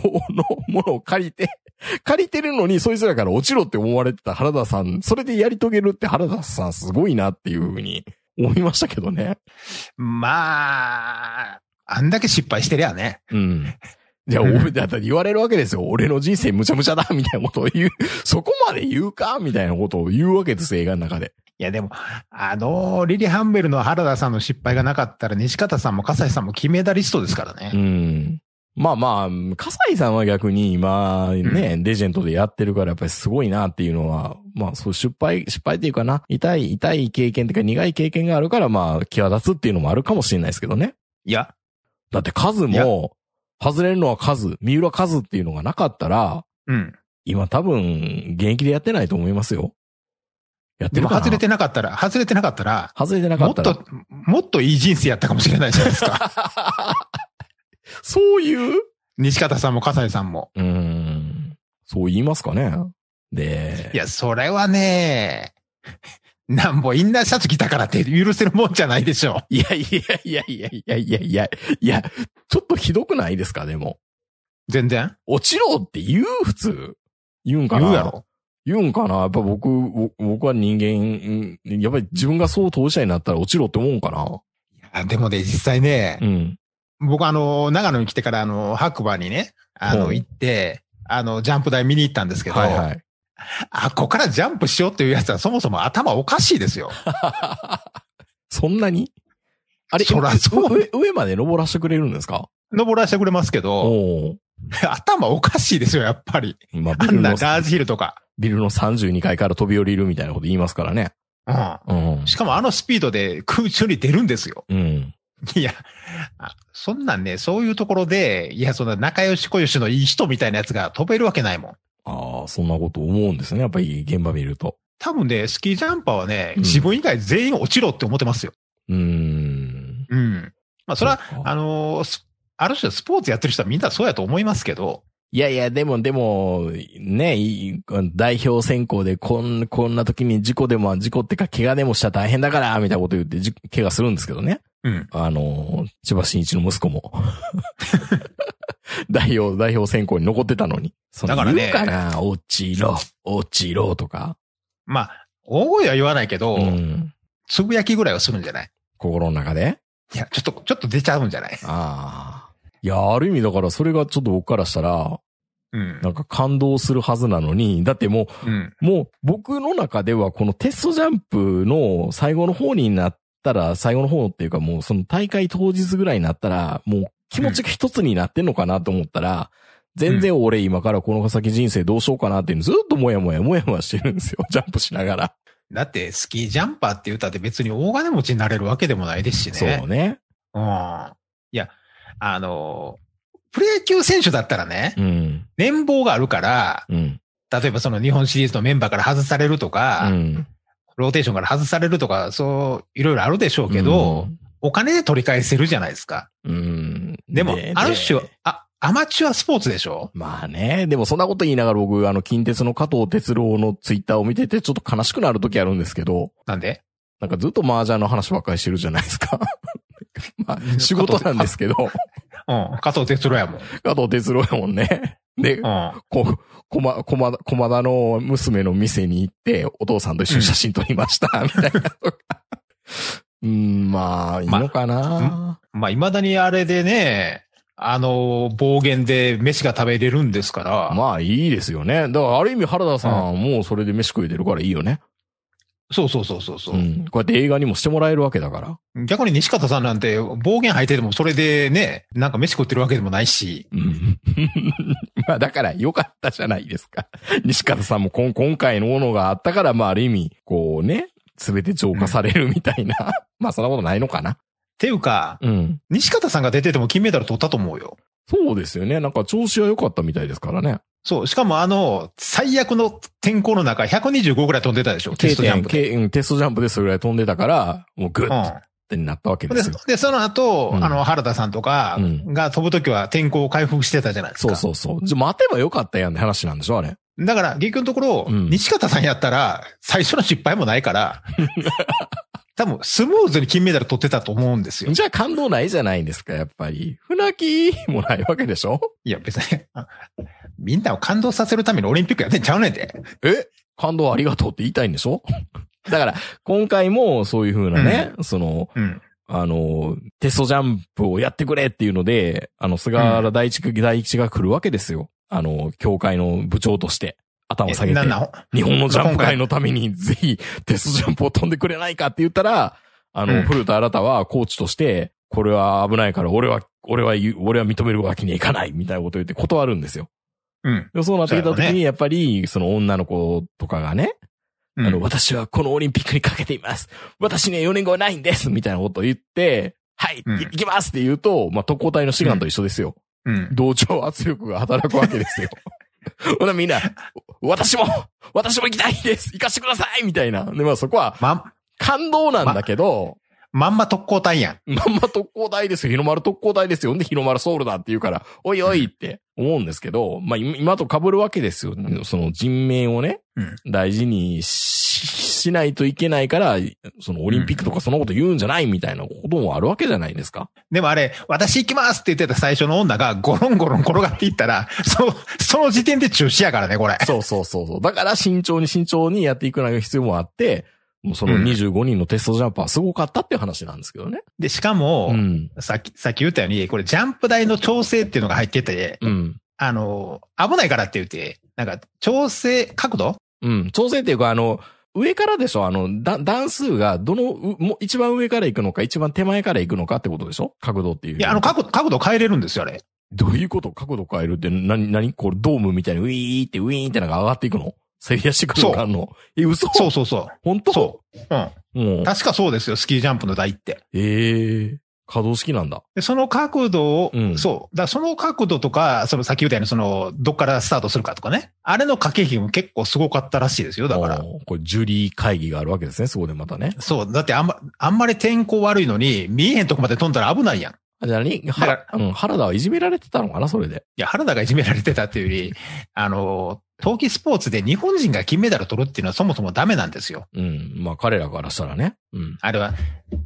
B: ものを借りて、 借りてるのにそいつらから落ちろって思われてた原田さん、それでやり遂げるって原田さんすごいなっていうふうに思いましたけどね。
C: まあ、あんだけ失敗してりゃね。
B: うん。じゃ あ、俺だって言われるわけですよ。俺の人生むちゃむちゃだみたいなことを言う。 そこまで言うかみたいなことを言うわけです、映画の中で。
C: いやでも、あの、リリー・ハンベルの原田さんの失敗がなかったら、西方さんも笠井さんも金メダリストですから
B: う
C: ね。
B: ん。まあまあ、笠井さんは逆に今ね、レジェンドでやってるからやっぱりすごいなっていうのは、まあそう失敗、失敗っていうかな、痛い、痛い経験っていうか苦い経験があるからまあ際立つっていうのもあるかもしれないですけどね。
C: いや、
B: だって数
C: いや
B: も、外れるのは数、三浦数っていうのがなかったら、
C: うん。
B: 今多分、現役でやってないと思いますよ。やって
C: で
B: る
C: も
B: かな
C: 外れてなかったら、外れてなかったら、
B: 外れてなか
C: もっ
B: ったら。
C: と、もっといい人生やったかもしれないじゃないですか。
B: そういう
C: 西方さんも笠井さんも。
B: うーん。そう言いますかね。で、
C: いや、それはね、なんぼインナーシャツ着たからって許せるもんじゃないでしょ
B: いやいやいやいやいやいやいやいや、ちょっとひどくないですか、でも。
C: う。全然。
B: 落ちろって言う、普通。言うんかな
C: 言うやろ。
B: 言うんかなやっぱ僕、ぼ僕は人間、うんやっぱり自分がそう当事者になったら落ちろって思うんかな
C: あでもね、実際ね、
B: うん。
C: 僕あの、長野に来てからあの、白馬にね、あ
B: う
C: の、
B: ん
C: 行って、あの、ジャンプ台見に行ったんですけど、
B: はいはい。
C: あ、ここからジャンプしようっていうやつはそもそも頭おかしいですよ。
B: そんなにあれ、
C: そらそう
B: 上上まで登らせてくれるんですか
C: 登らせてくれますけど、
B: おお。
C: 頭おかしいですよ、やっぱり。
B: まあ、
C: あ
B: ビル
C: んな
B: の、
C: ラージヒルとか。
B: ビルの32階から飛び降りるみたいなこと言いますからね。
C: うん。
B: うん。
C: しかもあのスピードで空中に出るんですよ。
B: うん。
C: いや、あそんなんね、そういうところで、いや、そんな仲良し小良しのいい人みたいなやつが飛べるわけないもん。
B: ああ、そんなこと思うんですね。やっぱり現場見ると。
C: 多分ね、スキージャンパーはね、
B: うん
C: 自分以外全員落ちろって思ってますよ。
B: うーん。
C: うん。まあ、それは、
B: そうか
C: あのー、スある種スポーツやってる人はみんなそうやと思いますけど、
B: いやいや、でも、でも、ね、いい代表選考でこん、こんな時に事故でも、事故ってか怪我でもしたら大変だから、みたいなこと言って、じ怪我するんですけどね。
C: うん。
B: あの、千葉真一の息子も。 代表、代表選考に残ってたのに。そんな
C: だから
B: 言
C: ね
B: うかな、落ちろ、落ちろとか。
C: まあ、大声は言わないけど、
B: うん。
C: つぶやきぐらいはするんじゃない
B: 心の中で。
C: いや、ちょっと、ちょっと出ちゃうんじゃない
B: ああ。いや、ある意味だから、それがちょっと僕からしたら、
C: うん
B: な。んか感動するはずなのに、だってもう、
C: うん。
B: もう僕の中ではこのテストジャンプの最後の方になったら、最後の方っていうかもうその大会当日ぐらいになったら、もう気持ちが一つになってんのかなと思ったら、全然俺今からこの先人生どうしようかなっていうのずっともやもやもやもやしてるんですよ。 ジャンプしながら。
C: だって、スキージャンパーって言ったって別に大金持ちになれるわけでもないですしね。
B: そうね。
C: うん。いや、あの、プロ野球選手だったらね、
B: うん。
C: 年俸があるから、
B: うん。
C: 例えばその日本シリーズのメンバーから外されるとか、
B: うん。
C: ローテーションから外されるとか、そう、いろいろあるでしょうけど、お金で取り返せるじゃないですか。
B: うん、うん。
C: でも、ある種
B: で、
C: あ、アマチュアスポーツでしょ
B: まあね、でもそんなこと言いながら僕、あの、近鉄の加藤哲郎のツイッターを見ててちょっと悲しくなる時あるんですけど、
C: なんで
B: なんかずっと麻雀の話ばっかりしてるじゃないですか。まあ、仕事なんですけど、
C: うん。加藤哲郎やもん。
B: 加藤哲郎やもんね。で、
C: うん。
B: こ、こま、こま、こまだの娘の店に行って、お父さんと一緒に写真撮りました、みたいなとか。うん、まあ、いいのかな、
C: まあ、未だにあれでね、あの、暴言で飯が食べれるんですから、
B: まあ、いいですよね。だから、ある意味原田さん、もうそれで飯食えてるからいいよね。
C: そうそうそうそうそう
B: う、ん。こうやって映画にもしてもらえるわけだから。
C: 逆に西方さんなんて暴言吐いててもそれでね、なんか飯食ってるわけでもないし、
B: うん。 まあだから良かったじゃないですか。西方さんもこん今回のものがあったから、まあある意味、こうね、すべて浄化されるみたいな。 まあそんなことないのかな。
C: っていうか、
B: うん。
C: 西方さんが出てても金メダル取ったと思うよ。
B: そうですよね。なんか調子は良かったみたいですからね。
C: そう、しかもあの、最悪の天候の中125ぐらい飛んでたでしょ、テストジャンプで。
B: K うんテストジャンプでそれぐらい飛んでたから、もうグ
C: う
B: ッ
C: ん。
B: てなったわけで
C: です
B: よ。
C: で、その後、
B: うん
C: あの、原田さんとか
B: うん
C: が飛ぶときは天候を回復してたじゃないです
B: そ
C: か。
B: うそうそう。じゃあ待てばよかったやんって話なんでしょあれ。
C: だから、結局のところ、
B: うん
C: 西方さんやったら、最初の失敗もな いから、多分、スムーズに金メダル取ってたと思うんですよ。
B: じゃあ感動ないじゃないですか、やっぱり。船木もないわけでしょ
C: いや、別に、あみんなを感動させるためにオリンピックやってんちゃうねんで。
B: え感動ありがとうって言いたいんでしょ だから、今回もそういう風なね、その、
C: うん。
B: あの、テストジャンプをやってくれっていうので、あの、菅原大地区、大地が来るわけですよ。あの、協会の部長として、頭を下げて
C: な、んなん
B: 日本のジャンプ界のためにぜひテストジャンプを飛んでくれないかって言ったら、あの、
C: うん
B: 古田新太はコーチとして、これは危ないから俺は、俺は言う、俺は認めるわけにはいかないみたいなこと言って断るんですよ。
C: うん。
B: でそうなってきた
C: そうや
B: 時
C: ろ
B: に、
C: ね
B: やっぱり、その女の子とかがね、
C: うん
B: あの、私はこのオリンピックにかけています。私には4年後はないんですみたいなことを言って、はい、
C: うん
B: い行きますって言うと、まあ、特攻隊の志願と一緒ですよ。
C: うん。
B: 同調圧力が働くわけ ですよ。ほな、みんな、私も、私も行きたいです行かしてくださいみたいな。で、まあそこは
C: ま、
B: 感動なんだけど、
C: まんま特攻隊や ん。
B: まんま特攻隊ですよ。日の丸特攻隊ですよ。んで、日の丸ソウルだって言うから、おいおいって思うんですけど、まあ、今今と被るわけですよ。その人命をね、
C: う
B: 大事にししないといけないから、そのオリンピックとかそのこと言うんじゃないみたいなこともあるわけじゃないですか。
C: でもあれ、私行きますって言ってた最初の女がゴロンゴロン転がっていったら、その、その時点で中止やからね、これ。
B: そうそうそうそう。だから慎重に慎重にやっていくのが必要もあって、もうその25人のテストジャンパーすごかったっていう話なんですけどね。
C: で、しかも、
B: うん。
C: さっき、さっき言ったように、これジャンプ台の調整っていうのが入ってて、
B: うん。
C: あの、危ないからって言って、なんか、調整角度
B: うん。調整っていうか、あの、上からでしょあの、だ段数が、どの、うもう一番上から行くのか、一番手前から行くのかってことでしょ角度っていう。
C: いや、あの、角度、角度変えれるんですよ、あれ。
B: どういうこと角度変えるって、なに、なにこれドームみたいにウィーってウィーンってなんか上がっていくのせり出してくるのかあんのえ、嘘
C: そうそうそ
B: 本当
C: う。そう。うん。
B: もう。
C: 確かそうですよ、スキージャンプの台って。
B: ええ可動式なんだ。
C: で、その角度を、
B: うん
C: そう。だからその角度とか、その先言ったように、その、どっからスタートするかとかね。あれの駆け引きも結構すごかったらしいですよ、だから。
B: おー。これ、ジュリー会議があるわけですね、そこでまたね。
C: そう。だってあんま、あんまり天候悪いのに、見えへんとこまで飛んだら危ないやん。
B: あじゃあ何は
C: だ、
B: うん、原田はいじめられてたのかな、それで。
C: いや、原田がいじめられてたっていうより、あの、冬季スポーツで日本人が金メダル取るっていうのはそもそもダメなんですよ。
B: うん。まあ、彼らからしたらね。うん。
C: あれは、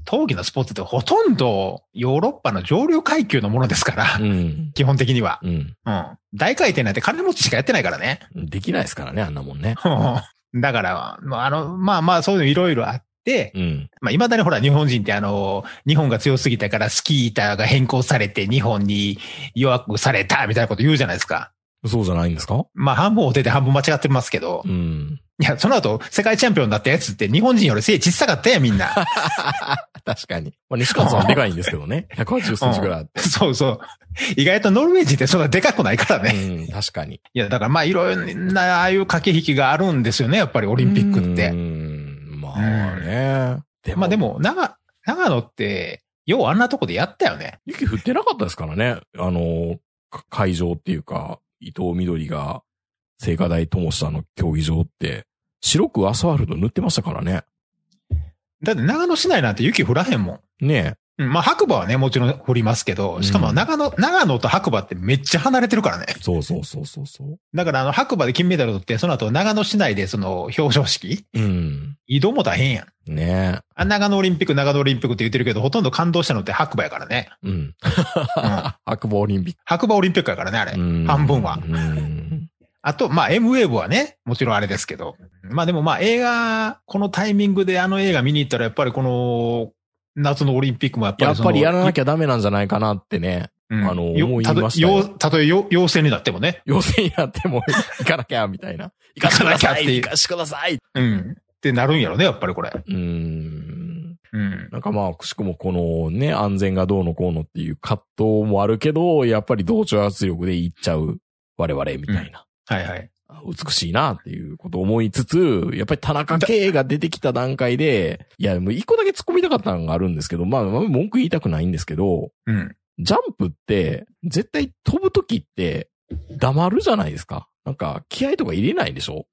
C: 冬季のスポーツってほとんどヨーロッパの上流階級のものですから
B: う、ん。
C: 基本的には。
B: うん。
C: うん。大回転なんて金持ちしかやってないからね。
B: できないですからね、あんなもんね。
C: うん だから、まああの、まあまあ、そういうのいろいろあって、
B: うん。
C: まあ、未だにほら、日本人ってあの、日本が強すぎたからスキー板が変更されて日本に弱くされたみたいなこと言うじゃないですか。
B: そうじゃないんですか
C: まあ、半分を出て半分間違ってますけど
B: う、ん。
C: いや、その後、世界チャンピオンになったやつって日本人より背小さかったやん、みんな。
B: 確かに。まあ、西川さんはでかいんですけど ね。180センチぐらいあって。
C: そうそう。意外とノルウェー人ってそんなでかくないからね。
B: うん、確かに。
C: いや、だからまあ、いろんな、ああいう駆け引きがあるんですよね、やっぱりオ
B: オ
C: リンピックって。
B: まあね。で
C: まあで、も、長、長野って、ようあんなとこでやったよね。
B: 雪降ってなかったですからね。あの、か会場っていうか、伊藤みどりが、聖火台友下の競技場って、白くアスファルト塗ってましたからね。
C: だって長野市内なんて雪降らへんもん。
B: ね
C: うんまあ、白馬はね、もちろん降りますけど、しかも長野、長野と白馬ってめっちゃ離れてるからね。
B: え。そうそうそうそうそう。
C: だから、あの、白馬で金メダル取って、その後長野市内でその表彰式
B: うん。
C: 移動も大変やん。
B: ね
C: あ長野オリンピック、長野オリンピックって言ってるけど、ほとんど感動したのって白馬やからね。
B: え。うん。
C: うん、
B: 白馬オリンピッ
C: 白馬オリンピックやからね、あれ。
B: ク。うん
C: 半分は
B: うん。
C: あと、まあ、M ウェーブはね、もちろんあれですけど。まあでもまあ、映画、このタイミングであの映画見に行ったら、やっぱりこの、夏のオリンピックもやっぱ
B: や
C: り
B: っ
C: そ
B: ぱ
C: の、
B: りやらな
C: ゃ、
B: きゃダメなんじゃないかなってね。あの思い
C: た
B: ま
C: と
B: したよ
C: よたとえよ陽性になってもね。
B: 予選やっても行かなきゃ、みたい な。行
C: かなきゃっていう
B: 行かしてください
C: うん。ってなるんやろね、やっぱりこれ。
B: うん。
C: うん。
B: なんかまあ、くしくもこのね、安全がどうのこうのっていう葛藤もあるけど、やっぱり同調圧力でいっちゃう我々みたいな。
C: はいはい。
B: 美しいなっていうことを思いつつ、やっぱり田中圭が出てきた段階で、いや、もう一個だけ突っ込みたかったのがあるんですけど、まあ、まあ文句言いたくないんですけど、
C: うん。
B: ジャンプって、絶対飛ぶときって、黙るじゃないですか。なんか、気合とか入れないでしょ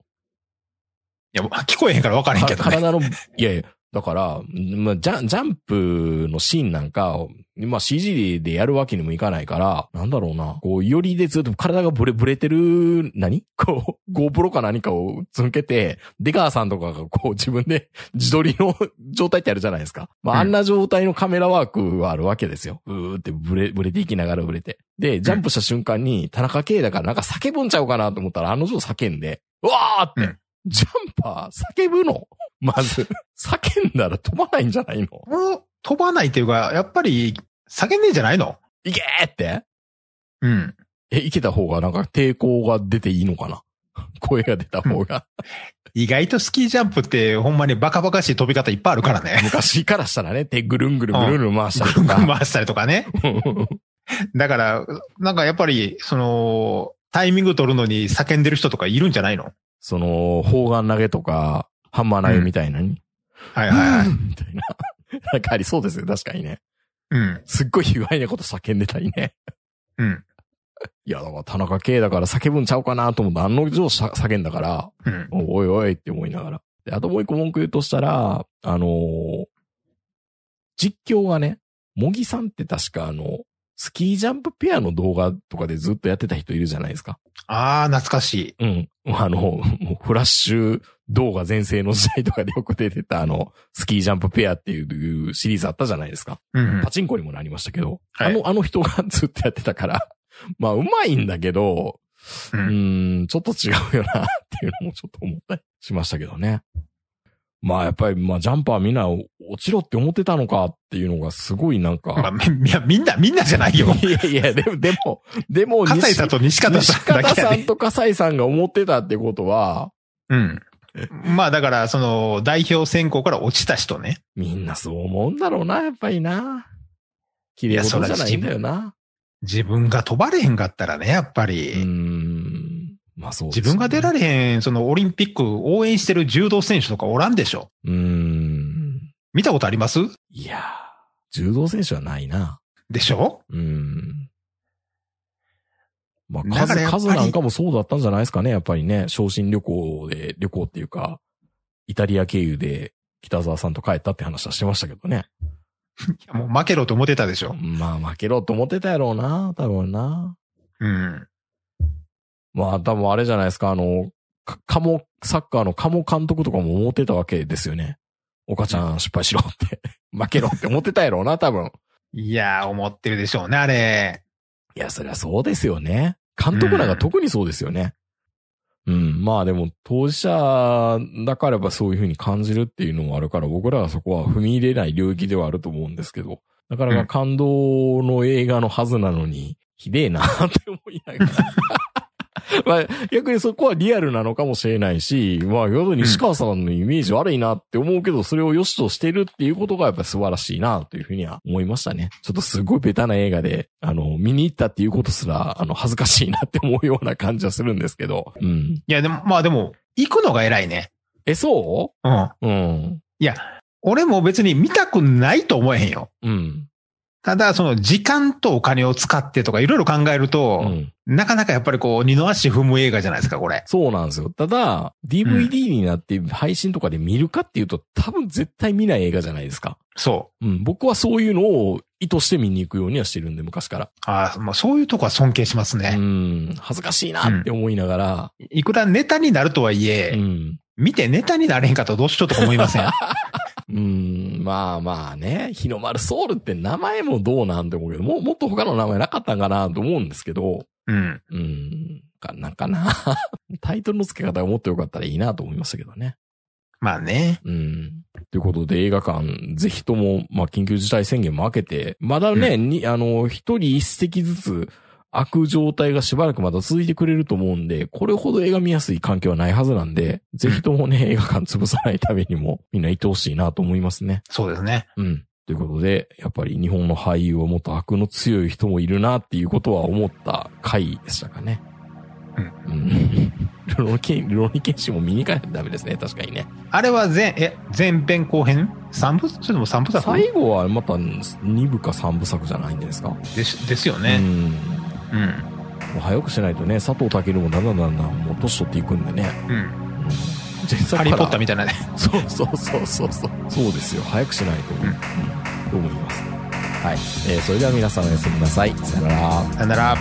C: いや、もう聞こえへんから分からへんけど
B: か
C: ね。
B: 体の、 いやいや、だから、まあ、ジャンジャンプのシーンなんか、まあ、CG でやるわけにもいかないから、なんだろうな、こう、よりでずっと体がブレ、ブレてる、何 こう、GoPro か何かをつんけて、出川さんとかがこう自分で自撮りの 状態ってあるじゃないですか。まあ、
C: うん
B: あんな状態のカメラワークはあるわけですよ。うーってブレ、ブレていきながらブレて。で、ジャンプした瞬間に、田中圭だからなんか叫ぶんちゃうかなと思ったら、あの女叫んで、うわーって、
C: うん
B: ジャンパー叫ぶのまず、叫んだら飛ばないんじゃないの
C: もう飛ばないっていうか、やっぱり、叫んねえんじゃないの
B: いけーって
C: うん。
B: え、いけた方がなんか抵抗が出ていいのかな 声が出た方が。
C: 意外とスキージャンプって、ほんまにバカバカしい飛び方いっぱいあるからね。
B: 昔からしたらね、手ぐるんぐるんぐるんぐるん回したりとか。
C: 回したりとかね。だから、なんかやっぱり、その、タイミング取るのに叫んでる人とかいるんじゃないの
B: その、砲丸投げとか、ハンマー投げみたいなに。
C: はいはいはい。
B: みたいな。 なんかありそうですよ、確かにね。
C: うん。
B: すっごい卑猥なこと叫んでたりね。
C: うん。
B: いや、だから田中圭だから叫ぶんちゃうかなと思って、案の定さ叫んだから、
C: うん。
B: おいおいって思いながら。で、あともう一個文句言うとしたら、あのー実況がね、茂木さんって確かあの、スキージャンプペアの動画とかでずっとやってた人いるじゃないですか。
C: ああ、懐かしい。
B: うん。 あの、もうフラッシュ動画全盛の時代とかでよく出てたあの、スキージャンプペアっていうシリーズあったじゃないですか。
C: うんうん
B: パ。チンコにもなりましたけど、
C: はい
B: あの、 あの人がずっとやってたから、 まあ、うまいんだけど、
C: う
B: うんーん、ちょっと違うよな、っていうのもちょっと思ったりしましたけどね。まあ、やっぱり、まあ、ジャンパーみんな落ちろって思ってたのかっていうのがすごいなん
C: まあ、
B: か、
C: みみみんな、みんなじゃないよ。
B: いやいや、でも、で も、でも、
C: 笠井さんと 西方
B: 西
C: さんだ
B: 方
C: けや
B: さ
C: で、
B: んと笠井さんが思ってたってことは、
C: うん。まあだから、その、代表選考から落ちた人ね。
B: みんなそう思うんだろうな、やっぱりな。綺麗事じゃないんだよな。
C: 自分が飛ばれへんかったらね、やっぱり。
B: うーん。まあそうです
C: 自
B: よね
C: 分が出られへん、そのオリンピック応援してる柔道選手とかおらんでしょ
B: うーん。
C: 見たことあります
B: いやー、柔道選手はないな。
C: でしょ
B: うーん。まあ、
C: だか
B: 数、
C: らやっぱり
B: 数なんかもそうだったんじゃないですかね、やっぱりね。昇進旅行で、旅行っていうか、イタリア経由で北沢さんと帰ったって話はしてましたけどね。
C: いやもう負けろと思ってたでしょ。
B: まあ負けろと思ってたやろうな、多分な。
C: うん。
B: まあ多分あれじゃないですか、あの、か、カモ、サッカーのカモ監督とかも思ってたわけですよね。岡ちゃん失敗しろって。 負けろって思ってたやろうな、多分。
C: いやー、思ってるでしょうね、あれ。
B: いや、そりゃそうですよね。監督なんか特にそうですよね。うん、まあでも当事者だからやっぱそういうふうに感じるっていうのもあるから僕らはそこは踏み入れない領域ではあると思うんですけど。だから
C: う
B: が
C: ん
B: 感動の映画のはずなのに、ひでえなって思いながら。まあ逆にそこはリアルなのかもしれないし、まあ要するに石川さんのイメージ悪いなって思うけど、それを良しとしてるっていうことがやっぱり素晴らしいなというふうには思いましたね。ちょっとすごいベタな映画で、あの、見に行ったっていうことすら、あの、恥ずかしいなって思うような感じはするんですけど。うん。
C: いや、でも、まあでも、行くのが偉いね。
B: え、そ
C: うん。
B: ううん。
C: 俺も別に見たくないと思えへんよ。
B: うん。
C: ただ、その時間とお金を使ってとかいろいろ考える
B: う
C: と、
B: ん。
C: なかなかやっぱりこう、二の足踏む映画じゃないですか、これ。
B: そうなんですよ。ただ、DVD になって配信とかで見るかっていうと、多分絶対見ない映画じゃないですか。
C: そ
B: うん。僕はそういうのを意図して見に行くようにはしてるんで、昔から。
C: う。ああ、まあそういうとこは尊敬します
B: う
C: ね。
B: ん。恥ずかしいなって思いながら、
C: いくらネタになるとはいえ、
B: うん。
C: 見てネタになれへんかったらどうしようとか思いませ ん。
B: うん。まあまあね、日の丸ソウルって名前もどうなんて思うけど、もうもっと他の名前なかったんかなと思うんですけど、
C: うん。
B: うん。かなんかな。 タイトルの付け方がもっと良かったらいいなと思いましたけどね。
C: まあね。
B: うん。ということで映画館、ぜひとも、まあ、緊急事態宣言も明けて、まだね、に、あの、一人一席ずつ、開く状態がしばらくまだ続いてくれると思うんで、これほど映画見やすい環境はないはずなんで、ぜひともね、映画館潰さないためにも、みんな行ってほしいなと思いますね。
C: そうですね。
B: うん。ということで、やっぱり日本の俳優はもっと悪の強い人もいるなっていうことは思った回でしたかね。うん。 ルロニケン、ルロニケンシも見に行かないとダメですね、確かにね。
C: あれは前、え、前編後編三部それとも三部作
B: 最後はまた2部か3部作じゃないんですか。
C: ですですよ
B: う
C: ね。
B: ん。も
C: うん。
B: う早くしないとね、佐藤健もだんだんだんだんもう年取っていくんでね。
C: うん。
B: うん。前作
C: ハリーポッターみ
B: た
C: たいなね。
B: いな。そうそうそうそうそう。そうですよ。早くしないと。
C: ん
B: うん。と思います。はい。えーそれでは皆さんおやすみなさい。さよなら。
C: さよなら。